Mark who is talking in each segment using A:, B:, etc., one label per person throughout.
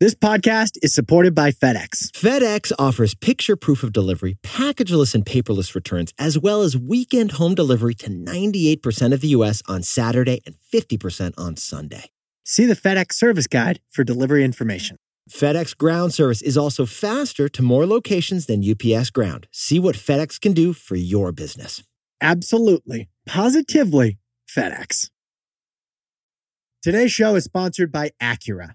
A: This podcast is supported by FedEx.
B: FedEx offers picture proof of delivery, packageless and paperless returns, as well as weekend home delivery to 98% of the U.S. on Saturday and 50% on Sunday.
A: See the FedEx service guide for delivery information.
B: FedEx Ground service is also faster to more locations than UPS Ground. See what FedEx can do for your business.
A: Absolutely, positively, FedEx. Today's show is sponsored by Acura.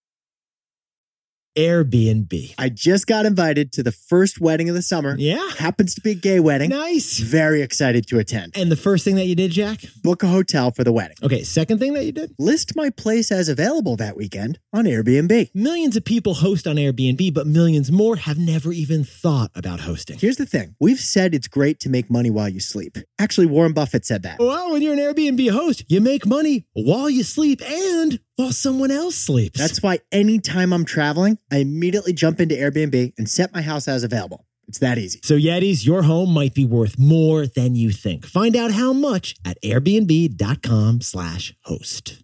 B: Airbnb.
A: I just got invited to the first wedding of the summer.
B: Yeah.
A: Happens to be a gay wedding.
B: Nice.
A: Very excited to attend.
B: And the first thing that you did, Jack?
A: Book a hotel for the wedding.
B: Okay, second thing that you did?
A: List my place as available that weekend on Airbnb.
B: Millions of people host on Airbnb, but millions more have never even thought about hosting.
A: Here's the thing we've said it's great to make money while you sleep. Actually, Warren Buffett said that.
B: Well, when you're an Airbnb host, you make money while you sleep and while someone else sleeps.
A: That's why anytime I'm traveling, I immediately jump into Airbnb and set my house as available. It's that easy.
B: So, Yetis, your home might be worth more than you think. Find out how much at airbnb.com/slash host.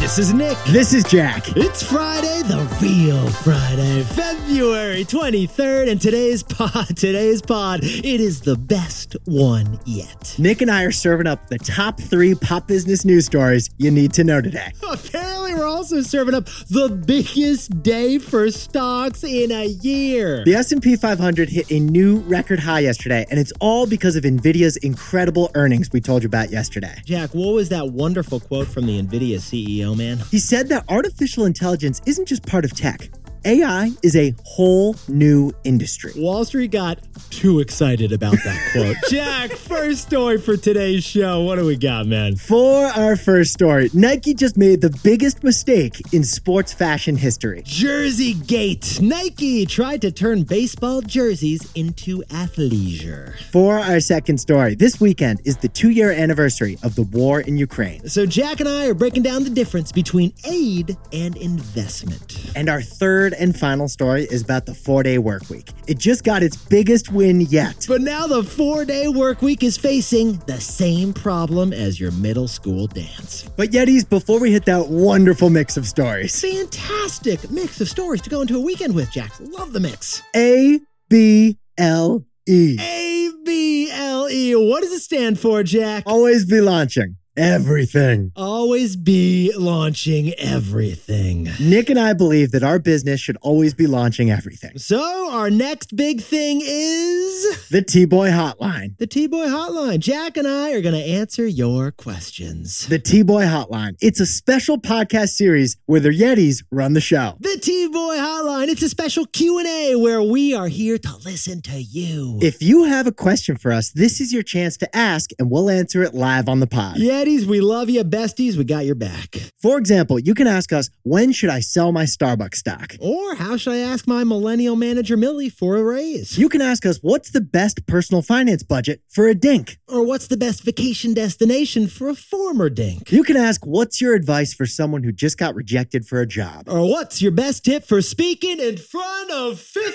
B: This is Nick.
A: This is Jack.
B: It's Friday, the real Friday, February 23rd, and today's pod, today's pod, it is the best one yet.
A: Nick and I are serving up the top three pop business news stories you need to know today.
B: Apparently, we're also serving up the biggest day for stocks in a year.
A: The S&P 500 hit a new record high yesterday, and it's all because of Nvidia's incredible earnings we told you about yesterday.
B: Jack, what was that wonderful quote from the Nvidia CEO, man?
A: He said that artificial intelligence isn't just part of tech. AI is a whole new industry.
B: Wall Street got too excited about that quote. Jack, first story for today's show. What do we got, man?
A: For our first story, Nike just made the biggest mistake in sports fashion history.
B: Jersey Gate. Nike tried to turn baseball jerseys into athleisure.
A: For our second story, this weekend is the two year anniversary of the war in Ukraine.
B: So, Jack and I are breaking down the difference between aid and investment.
A: And our third and final story is about the four day work week. It just got its biggest win yet.
B: But now the four day work week is facing the same problem as your middle school dance.
A: But Yetis, before we hit that wonderful mix of stories,
B: Fantastic mix of stories to go into a weekend with, Jack. Love the mix.
A: A B L E.
B: A B L E. What does it stand for, Jack?
A: Always be launching everything.
B: Always be launching everything.
A: Nick and I believe that our business should always be launching everything.
B: So, our next big thing is
A: The T Boy Hotline.
B: the T Boy Hotline. Jack and I are going to answer your questions.
A: The T Boy Hotline. It's a special podcast series where the Yetis run the show.
B: The T-Boy Hotline. It's a special Q&A where we are here to listen to you.
A: If you have a question for us, this is your chance to ask, and we'll answer it live on the pod.
B: Yetis, we love you. Besties, we got your back.
A: For example, you can ask us, when should I sell my Starbucks stock?
B: Or how should I ask my millennial manager Millie for a raise?
A: You can ask us, what's the best personal finance budget for a dink?
B: Or what's the best vacation destination for a former dink?
A: You can ask, what's your advice for someone who just got rejected for a job?
B: Or what's your best tip for speaking in front of 50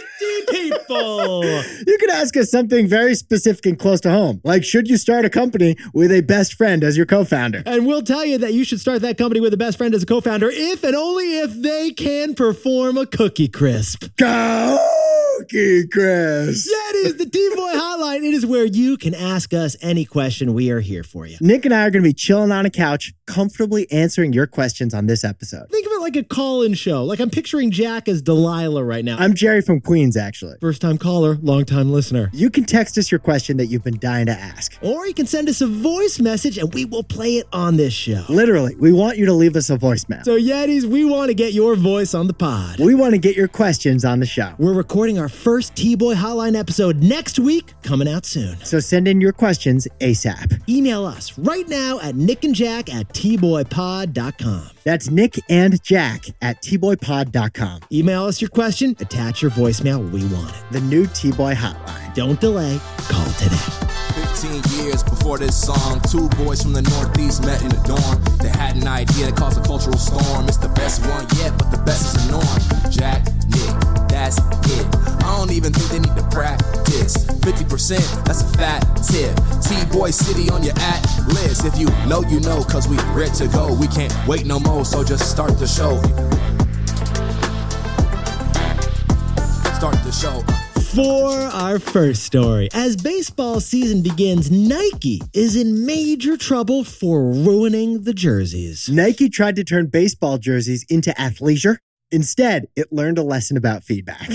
B: people?
A: You can ask us something very specific and close to home, like should you start a company with a best friend as your co founder?
B: And we'll tell you that you should start that company with a best friend as a co founder if and only if they can perform a cookie crisp.
A: Cookie Chris.
B: That is the T Boy Hotline. It is where you can ask us any question. We are here for you.
A: Nick and I are going to be chilling on a couch, comfortably answering your questions on this episode.
B: Think of it like a call in show. Like I'm picturing Jack as Delilah right now.
A: I'm Jerry from Queens, actually.
B: First time caller, long time listener.
A: You can text us your question that you've been dying to ask.
B: Or you can send us a voice message and we will play it on this show.
A: Literally, we want you to leave us a voicemail.
B: So, Yetis, we want to get your voice on the pod.
A: We want to get your questions on the show.
B: We're recording our our first T Boy Hotline episode next week, coming out soon.
A: So send in your questions ASAP.
B: Email us right now at nickandjack at tboypod.com.
A: That's Nick and Jack at tboypod.com.
B: Email us your question, attach your voicemail, we want it.
A: The new T Boy Hotline.
B: Don't delay, call today.
C: 15 years before this song, two boys from the Northeast met in the dorm. They had an idea that caused a cultural storm. It's the best one yet, but the best is the norm. Jack, Nick, that's it. I don't even think they need to practice. 50%, that's a fat tip. T-Boy City on your at list. If you know, you know, cause we ready to go. We can't wait no more, so just start the show. Start the show.
B: For our first story, as baseball season begins, Nike is in major trouble for ruining the jerseys.
A: Nike tried to turn baseball jerseys into athleisure. Instead, it learned a lesson about feedback.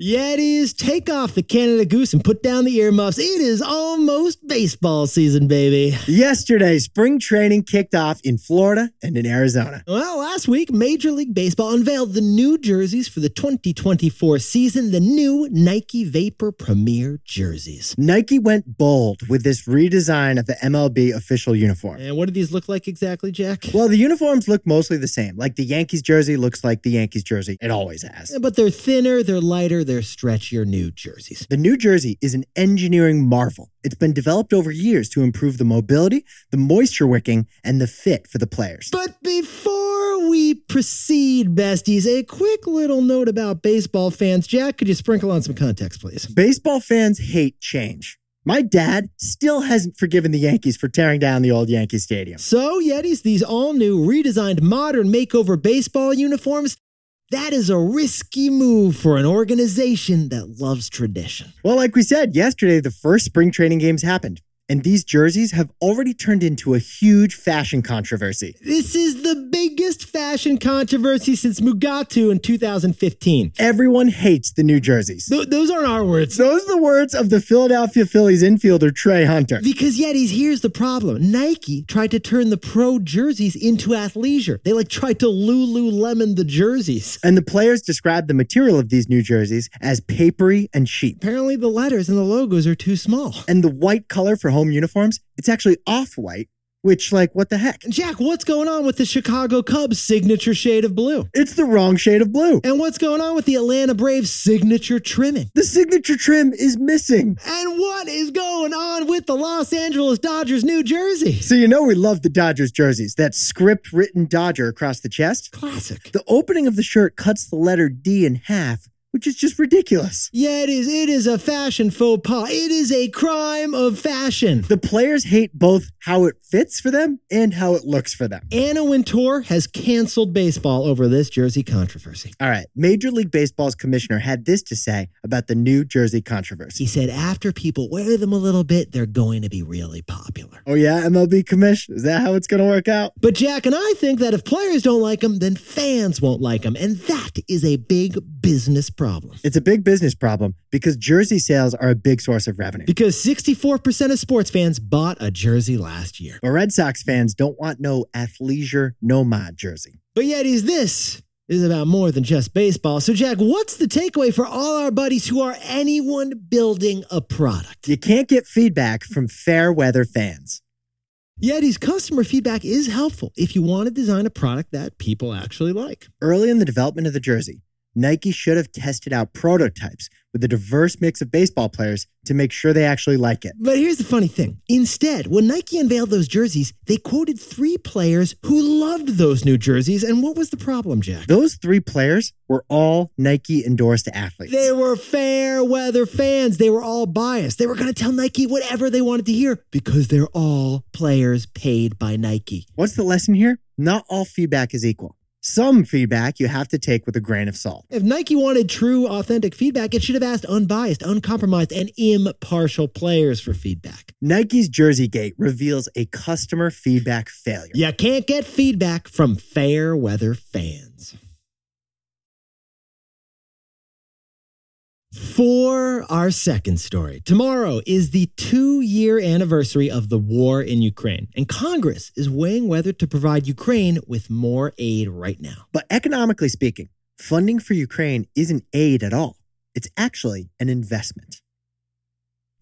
B: Yetis, take off the Canada goose and put down the earmuffs. It is almost baseball season, baby.
A: Yesterday, spring training kicked off in Florida and in Arizona.
B: Well, last week, Major League Baseball unveiled the new jerseys for the 2024 season, the new Nike Vapor Premier jerseys.
A: Nike went bold with this redesign of the MLB official uniform.
B: And what do these look like exactly, Jack?
A: Well, the uniforms look mostly the same. Like the Yankees jersey looks like the Yankees jersey. It always has.
B: But they're thinner, they're lighter, they're stretchier new jerseys.
A: The new jersey is an engineering marvel. It's been developed over years to improve the mobility, the moisture wicking, and the fit for the players.
B: But before we proceed, besties, a quick little note about baseball fans. Jack, could you sprinkle on some context, please?
A: Baseball fans hate change. My dad still hasn't forgiven the Yankees for tearing down the old Yankee Stadium.
B: So, Yetis, these all new redesigned modern makeover baseball uniforms, that is a risky move for an organization that loves tradition.
A: Well, like we said yesterday, the first spring training games happened, and these jerseys have already turned into a huge fashion controversy.
B: This is the biggest fashion controversy since Mugatu in 2015.
A: Everyone hates the new jerseys.
B: Th- those aren't our words.
A: Those are the words of the Philadelphia Phillies infielder Trey Hunter.
B: Because Yetis, here's the problem. Nike tried to turn the pro jerseys into athleisure. They like tried to Lululemon the jerseys.
A: And the players describe the material of these new jerseys as papery and cheap.
B: Apparently the letters and the logos are too small.
A: And the white color for home uniforms, it's actually off white, which, like, what the heck?
B: Jack, what's going on with the Chicago Cubs signature shade of blue?
A: It's the wrong shade of blue.
B: And what's going on with the Atlanta Braves signature trimming?
A: The signature trim is missing.
B: And what is going on with the Los Angeles Dodgers New Jersey?
A: So, you know, we love the Dodgers jerseys, that script written Dodger across the chest.
B: Classic.
A: The opening of the shirt cuts the letter D in half, which is just ridiculous.
B: Yeah, it is. It is a fashion faux pas. It is a crime of fashion.
A: The players hate both how it fits for them and how it looks for them.
B: Anna Wintour has canceled baseball over this jersey controversy.
A: All right, Major League Baseball's commissioner had this to say about the new jersey controversy.
B: He said, after people wear them a little bit, they're going to be really popular.
A: Oh, yeah, MLB commish? Is that how it's going to work out?
B: But Jack and I think that if players don't like them, then fans won't like them. And that is a big business problem.
A: It's a big business problem because jersey sales are a big source of revenue.
B: Because 64% of sports fans bought a jersey last year.
A: But Red Sox fans don't want no athleisure nomad jersey.
B: But yet, is this is about more than just baseball. So, Jack, what's the takeaway for all our buddies who are anyone building a product?
A: You can't get feedback from fair weather fans.
B: Yeti's customer feedback is helpful if you want to design a product that people actually like.
A: Early in the development of the jersey, Nike should have tested out prototypes with a diverse mix of baseball players to make sure they actually like it.
B: But here's the funny thing. Instead, when Nike unveiled those jerseys, they quoted three players who loved those new jerseys. And what was the problem, Jack?
A: Those three players were all Nike endorsed athletes.
B: They were fair weather fans. They were all biased. They were going to tell Nike whatever they wanted to hear because they're all players paid by Nike.
A: What's the lesson here? Not all feedback is equal some feedback you have to take with a grain of salt.
B: If Nike wanted true, authentic feedback, it should have asked unbiased, uncompromised, and impartial players for feedback.
A: Nike's Jersey Gate reveals a customer feedback failure.
B: You can't get feedback from fair weather fans. For our second story, tomorrow is the two year anniversary of the war in Ukraine, and Congress is weighing whether to provide Ukraine with more aid right now.
A: But economically speaking, funding for Ukraine isn't aid at all. It's actually an investment.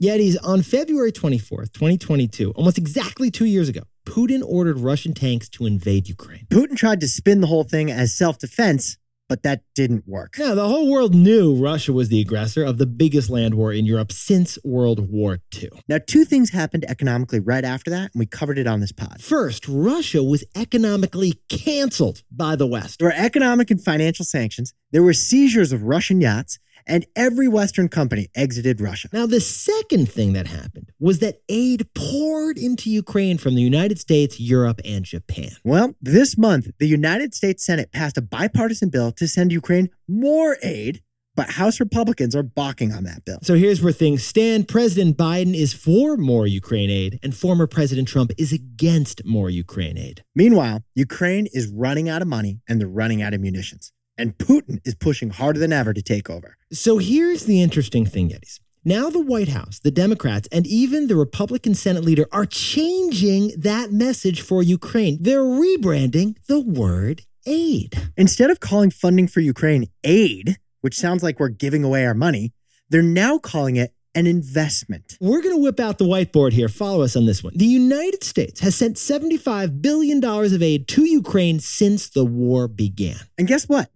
B: Yetis, on February 24th, 2022, almost exactly two years ago, Putin ordered Russian tanks to invade Ukraine.
A: Putin tried to spin the whole thing as self defense, but that didn't work.
B: Now, the whole world knew Russia was the aggressor of the biggest land war in Europe since World War II.
A: Now, two things happened economically right after that, and we covered it on this pod.
B: First, Russia was economically canceled by the West.
A: There were economic and financial sanctions, there were seizures of Russian yachts, and every Western company exited Russia.
B: Now, the second thing that happened was that aid poured into Ukraine from the United States, Europe, and Japan.
A: Well, this month, the United States Senate passed a bipartisan bill to send Ukraine more aid, but House Republicans are balking on that bill.
B: So here's where things stand. President Biden is for more Ukraine aid, and former President Trump is against more Ukraine aid.
A: Meanwhile, Ukraine is running out of money and they're running out of munitions. And Putin is pushing harder than ever to take over.
B: So here's the interesting thing, Yetis. Now, the White House, the Democrats, and even the Republican Senate leader are changing that message for Ukraine. They're rebranding the word aid.
A: Instead of calling funding for Ukraine aid, which sounds like we're giving away our money, they're now calling it an investment.
B: We're going to whip out the whiteboard here. Follow us on this one. The United States has sent $75 billion of aid to Ukraine since the war began.
A: And guess what?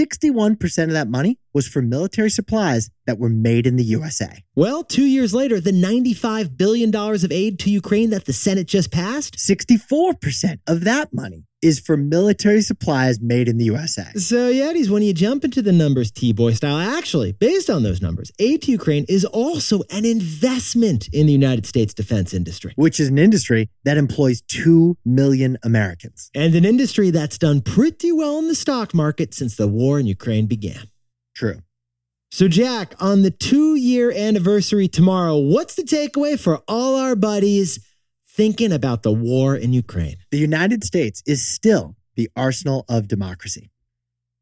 A: 61% of that money was for military supplies that were made in the USA.
B: Well, two years later, the $95 billion of aid to Ukraine that the Senate just passed.
A: 64% of that money is for military supplies made in the USA.
B: So, Yetis, when you jump into the numbers T Boy style, actually, based on those numbers, aid to Ukraine is also an investment in the United States defense industry.
A: Which is an industry that employs 2 million Americans.
B: And an industry that's done pretty well in the stock market since the war in Ukraine began.
A: True.
B: So, Jack, on the two year anniversary tomorrow, what's the takeaway for all our buddies thinking about the war in Ukraine?
A: The United States is still the arsenal of democracy.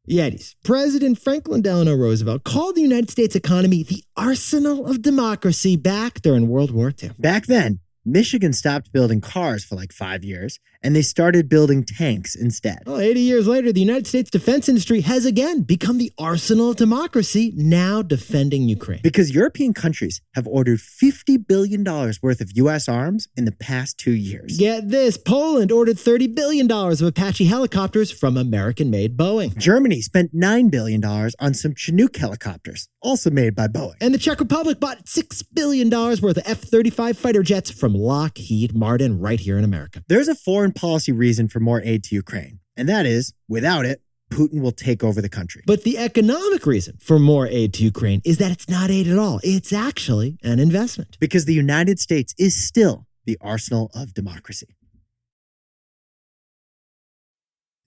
B: Yetis, President Franklin Delano Roosevelt called the United States economy the arsenal of democracy back during World War II.
A: Back then, Michigan stopped building cars for like five years and they started building tanks instead.
B: Well, 80 years later, the United States defense industry has again become the arsenal of democracy, now defending Ukraine.
A: Because European countries have ordered $50 billion worth of U.S. arms in the past two years.
B: Get this Poland ordered $30 billion of Apache helicopters from American made Boeing.
A: Germany spent $9 billion on some Chinook helicopters, also made by Boeing.
B: And the Czech Republic bought $6 billion worth of F 35 fighter jets from Lockheed Martin right here in America.
A: There's a foreign policy reason for more aid to Ukraine, and that is without it, Putin will take over the country.
B: But the economic reason for more aid to Ukraine is that it's not aid at all. It's actually an investment.
A: Because the United States is still the arsenal of democracy.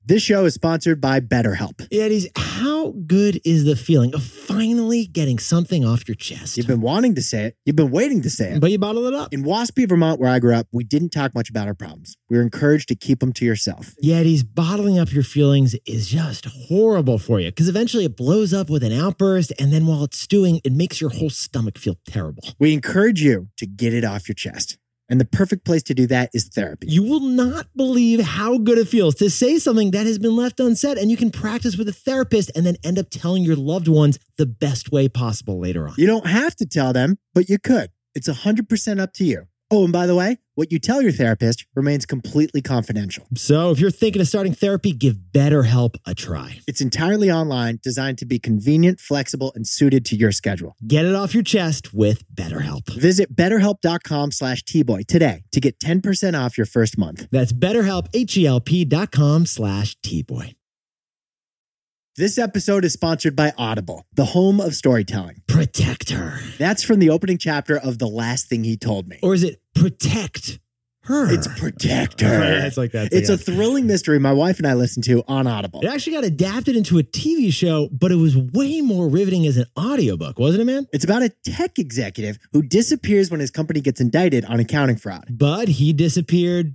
A: This show is sponsored by BetterHelp.
B: It is how good is the feeling of finally getting something off your chest?
A: You've been wanting to say it, you've been waiting to say it.
B: but you bottle it up.
A: In Waspy, Vermont, where I grew up, we didn't talk much about our problems. We were encouraged to keep them to yourself.
B: Yetis bottling up your feelings is just horrible for you because eventually it blows up with an outburst, and then while it's stewing, it makes your whole stomach feel terrible.
A: We encourage you to get it off your chest. And the perfect place to do that is therapy.
B: You will not believe how good it feels to say something that has been left unsaid, and you can practice with a therapist and then end up telling your loved ones the best way possible later on.
A: You don't have to tell them, but you could. It's 100% up to you. Oh, and by the way, what you tell your therapist remains completely confidential.
B: So, if you're thinking of starting therapy, give BetterHelp a try.
A: It's entirely online, designed to be convenient, flexible, and suited to your schedule.
B: Get it off your chest with BetterHelp.
A: Visit betterhelp.com slash tboy today to get 10% off your first month.
B: That's BetterHelp, H-E-L-P dot com slash T-Boy.
A: This episode is sponsored by Audible, the home of storytelling.
B: Protect her.
A: That's from the opening chapter of The Last Thing He Told Me.
B: Or is it protect her?
A: It's Protector.
B: Yeah, it's like that.
A: It's
B: It's
A: a
B: like
A: thrilling mystery my wife and I listened to on Audible.
B: It actually got adapted into a TV show, but it was way more riveting as an audiobook, wasn't it, man?
A: It's about a tech executive who disappears when his company gets indicted on accounting fraud.
B: But he disappeared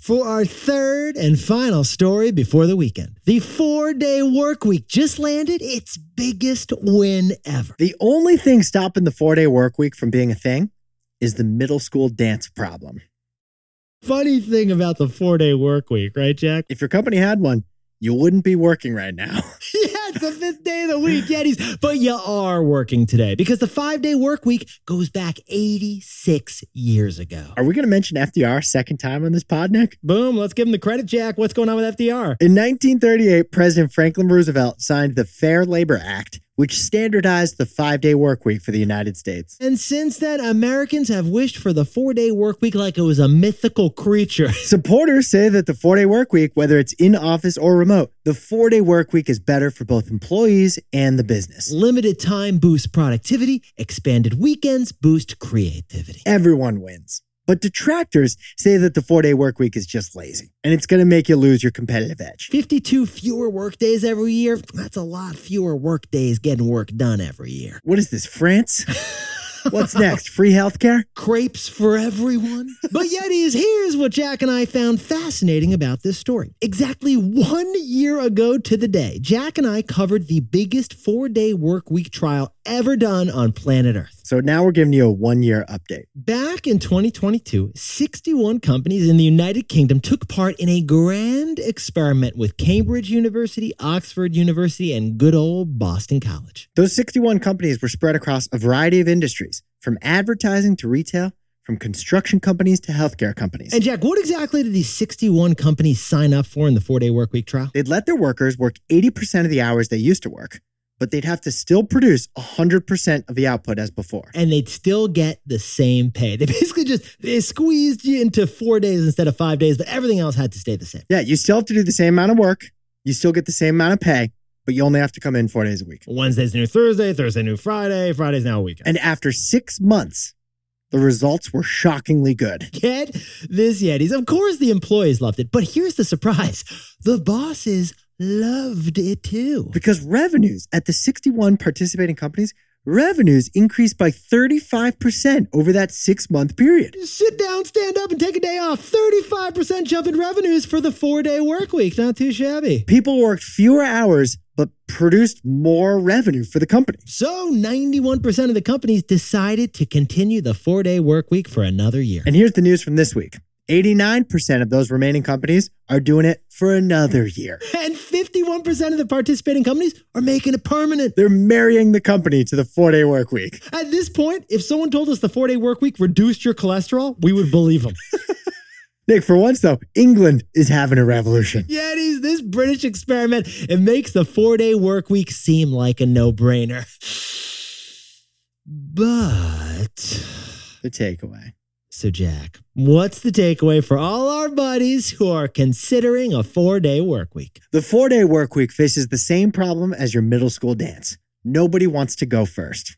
B: For our third and final story before the weekend, the four day work week just landed its biggest win ever.
A: The only thing stopping the four day work week from being a thing is the middle school dance problem.
B: Funny thing about the four day work week, right, Jack?
A: If your company had one, you wouldn't be working right now.
B: yeah, it's the fifth day of the week, Yetis. But you are working today because the five day work week goes back 86 years ago.
A: Are we going to mention FDR second time on this pod, Nick?
B: Boom, let's give him the credit, Jack. What's going on with FDR?
A: In 1938, President Franklin Roosevelt signed the Fair Labor Act, which standardized the five day work week for the United States.
B: And since then, Americans have wished for the four day work week like it was a mythical creature.
A: Supporters say that the four day work week, whether it's in office or remote, the four day work week is better for both employees and the business.
B: Limited time boosts productivity, expanded weekends boost creativity.
A: Everyone wins. But detractors say that the four day work week is just lazy and it's going to make you lose your competitive edge.
B: 52 fewer work days every year. That's a lot fewer work days getting work done every year.
A: What is this, France? What's next? Free healthcare?
B: crepes for everyone. But Yetis, here's what Jack and I found fascinating about this story. Exactly one year ago to the day, Jack and I covered the biggest four day work week trial ever done on planet Earth.
A: So now we're giving you a one year update.
B: Back in 2022, 61 companies in the United Kingdom took part in a grand experiment with Cambridge University, Oxford University, and good old Boston College.
A: Those 61 companies were spread across a variety of industries, from advertising to retail, from construction companies to healthcare companies.
B: And Jack, what exactly did these 61 companies sign up for in the four day work week trial?
A: They'd let their workers work 80% of the hours they used to work, but they'd have to still produce 100% of the output as before.
B: and they'd still get the same pay. They basically just they squeezed you into four days instead of five days, but everything else had to stay the same.
A: Yeah, you still have to do the same amount of work, you still get the same amount of pay, but you only have to come in four days a week.
B: Wednesday's the new Thursday, Thursday new Friday, Friday's now a weekend.
A: And after six months, the results were shockingly good.
B: get this Yetis. Of course the employees loved it, but here's the surprise. The bosses loved it too.
A: because revenues at the 61 participating companies revenues increased by 35% over that 6 month period
B: Sit down, stand up, and take a day off. 35% jump in revenues for the four day work week. Not too shabby.
A: people worked fewer hours but produced more revenue for the company
B: So 91% of the companies decided to continue the four day work week for another year.
A: and here's the news from this week 89% of those remaining companies are doing it for another year
B: And 51% of the participating companies are making it permanent.
A: they're marrying the company to the 4 day work week
B: At this point, if someone told us the four day work week reduced your cholesterol, we would believe them.
A: nick for once though england is having a revolution
B: Yetis, this British experiment, it makes the four day work week seem like a no brainer. But.
A: the takeaway
B: So, Jack, what's the takeaway for all our buddies who are considering a four day work week?
A: The four day work week faces the same problem as your middle school dance. Nobody wants to go first.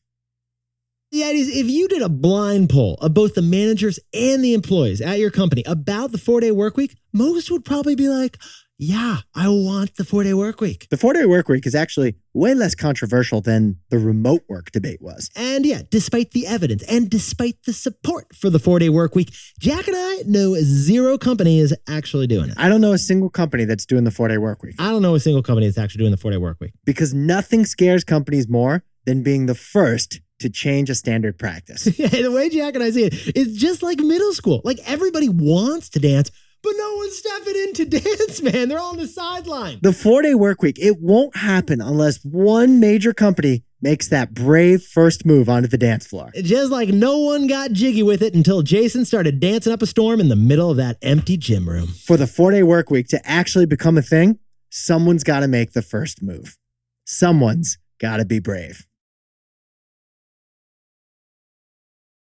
B: Yeah, it is. If you did a blind poll of both the managers and the employees at your company about the four day work week, most would probably be like, yeah, I want the four day work week.
A: The four day work week is actually way less controversial than the remote work debate was.
B: And yeah, despite the evidence and despite the support for the four day work week, Jack and I know zero company is actually doing it.
A: I don't know a single company that's doing the four day work week
B: I don't know a single company that's actually doing the four day work week.
A: because nothing scares companies more than being the first to change a standard practice.
B: the way Jack and I see it, it's just like middle school. Like everybody wants to dance, but no one's stepping in to dance, man. They're all on the sideline.
A: the four day work week, it won't happen unless one major company makes that brave first move onto the dance floor.
B: Just like no one got jiggy with it until Jason started dancing up a storm in the middle of that empty gym room.
A: for the four day work week to actually become a thing, someone's got to make the first move. Someone's got to be brave.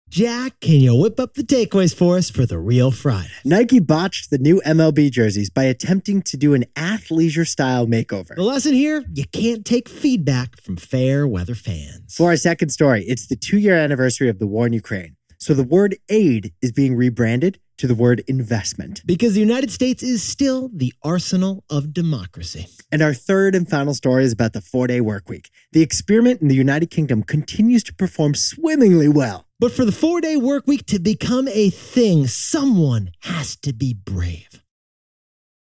B: Jack, can you whip up the takeaways for us for the real Friday?
A: Nike botched the new MLB jerseys by attempting to do an athleisure style
B: The
A: makeover.
B: lesson here you can't take feedback from fair weather fans.
A: For our second story, it's the two year anniversary of the war in Ukraine. So the word aid is being rebranded to the word investment.
B: Because the United States is still the arsenal of democracy.
A: And our third and final story is about the four day work week. The experiment in the United Kingdom continues to perform swimmingly well.
B: But for the four day work week to become a thing, someone has to be brave.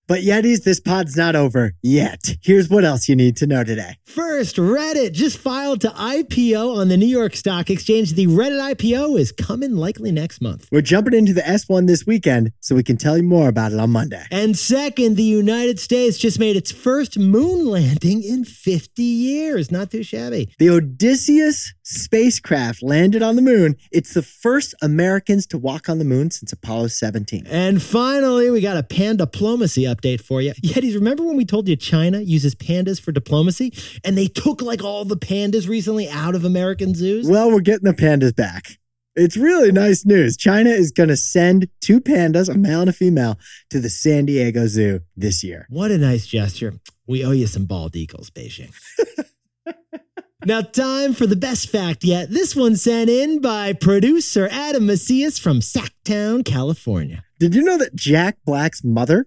A: But Yetis, this pod's not over yet. Here's what else you need to know today.
B: First, Reddit just filed to IPO on the New York Stock Exchange. The Reddit IPO is coming likely next month.
A: We're jumping into the S1 this weekend so we can tell you more about it on Monday.
B: And second, the United States just made its first moon landing in 50 years. Not too shabby.
A: The Odysseus spacecraft landed on the moon. It's the first Americans to walk on the moon since Apollo 17.
B: And finally, we got a pan diplomacy update for you. Yetis, remember when we told you China uses pandas for diplomacy? And they took like all the pandas recently out of American zoos?
A: Well, we're getting the pandas back. It's really nice news. China is going to send two pandas, a male and a female, to the San Diego Zoo this year.
B: What a nice gesture. We owe you some bald eagles, Beijing. now, time for the best fact yet. This one sent in by producer Adam Macias from Sacktown, California.
A: Did you know that Jack Black's mother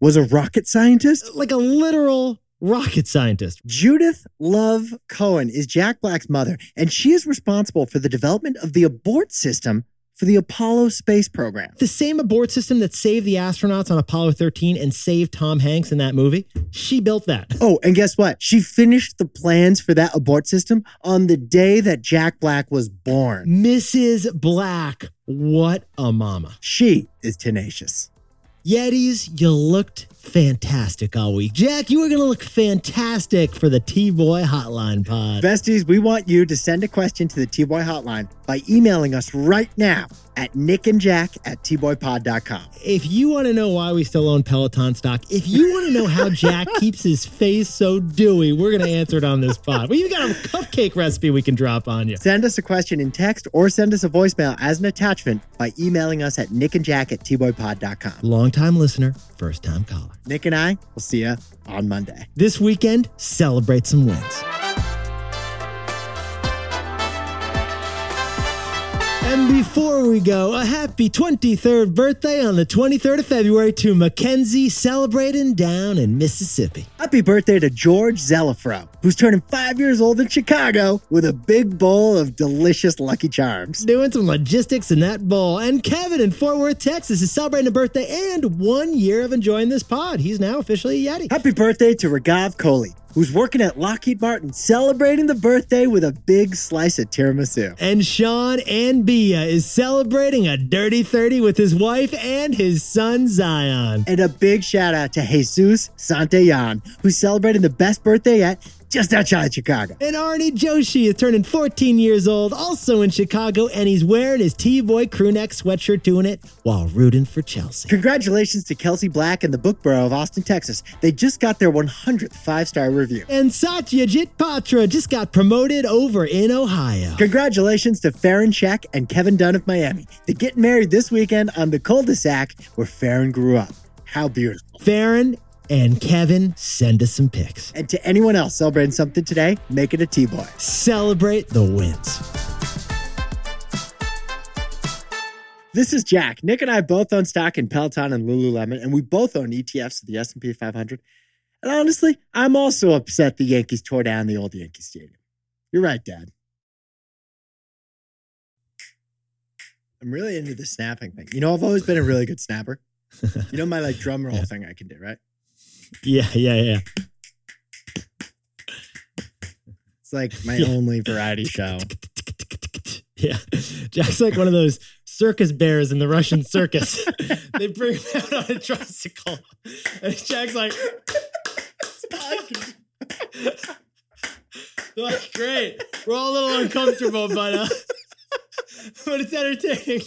A: was a rocket scientist?
B: Like a literal rocket scientist.
A: Judith Love Cohen is Jack Black's mother, and she is responsible for the development of the abort system for the Apollo space program.
B: The same abort system that saved the astronauts on Apollo 13 and saved Tom Hanks in that movie, she built that.
A: Oh, and guess what? She finished the plans for that abort system on the day that Jack Black was born.
B: Mrs. Black, what a mama.
A: She is tenacious.
B: Yetis, you looked fantastic all week. Jack, you are going to look fantastic for the T Boy Hotline Pod.
A: Besties, we want you to send a question to the T Boy Hotline by emailing us right now at nickandjack at tboypod.com.
B: If you want to know why we still own Peloton stock, if you want to know how Jack keeps his face so dewy, we're going to answer it on this pod. We even got a cupcake recipe we can drop on you.
A: Send us a question in text or send us a voicemail as an attachment by emailing us at nickandjack at tboypod.com.
B: Longtime listener, first time caller.
A: Nick and I will see you on Monday.
B: This weekend, celebrate some wins. And before we go, a happy 23rd birthday on the 23rd of February to Mackenzie celebrating down in Mississippi.
A: Happy birthday to George Zelafro, who's turning five years old in Chicago with a big bowl of delicious Lucky Charms.
B: Doing some logistics in that bowl. And Kevin in Fort Worth, Texas is celebrating a birthday and one year of enjoying this pod. He's now officially a Yeti.
A: Happy birthday to Ragav Kohli, who's working at Lockheed Martin, celebrating the birthday with a big slice of tiramisu.
B: And Sean and Bia is celebrating a dirty 30 with his wife and his son Zion.
A: And a big shout out to Jesus Santillan, who's celebrating the best birthday yet just outside Chicago.
B: And Arnie Joshi is turning 14 years old, also in Chicago, and he's wearing his T-Boy crew neck sweatshirt doing it while rooting for Chelsea.
A: Congratulations to Kelsey Black and the Book Borough of Austin, Texas. They just got their 100th five star review.
B: And Satyajit Patra just got promoted over in Ohio.
A: Congratulations to Farron Shack and Kevin Dunn of Miami. They're getting married this weekend on the cul de sac where Farron grew up. How beautiful.
B: Farron and Kevin, send us some pics.
A: And to anyone else celebrating something today, make it a T Boy.
B: Celebrate the wins.
A: This is Jack. Nick and I both own stock in Peloton and Lululemon, and we both own E ETFs of the S&P 500. And honestly, I'm also upset the Yankees tore down the old Yankee Stadium. You're right, Dad. I'm really into the snapping thing. You know, I've always been a really good snapper. You know my like drum roll thing I can do, right?
B: Yeah, yeah, yeah.
A: It's like my
B: Yeah.
A: only variety show.
B: Yeah. Jack's like one of those circus bears in the Russian circus. they bring him out on a tricycle. And Jack's like, they're like, great. We're all a little uncomfortable, but uh, but it's entertaining.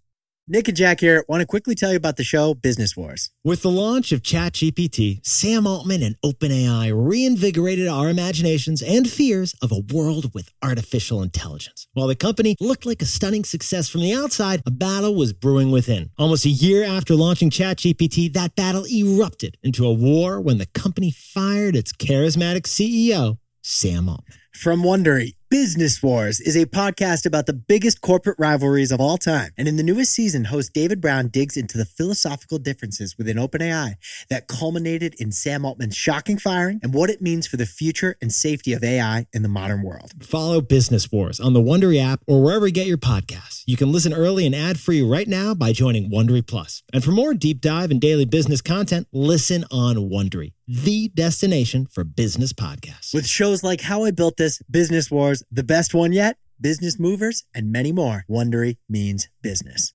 A: Nick and Jack here want to quickly tell you about the show Business Wars.
B: With the launch of ChatGPT, Sam Altman and OpenAI reinvigorated our imaginations and fears of a world with artificial intelligence. While the company looked like a stunning success from the outside, a battle was brewing within. Almost a year after launching ChatGPT, that battle erupted into a war when the company fired its charismatic CEO, E Sam Altman.
A: From Wondery, Business Wars is a podcast about the biggest corporate rivalries of all time. And in the newest season, host David Brown digs into the philosophical differences within OpenAI that culminated in Sam Altman's shocking firing and what it means for the future and safety of AI in the modern world.
B: Follow Business Wars on the Wondery app or wherever you get your podcasts. You can listen early and ad free right now by joining Wondery Plus. And for more deep dive and daily business content, listen on Wondery, the destination for business podcasts.
A: With shows like How I Built This, Business Wars, The Best One Yet, Business Movers, and many more, Wondery means business.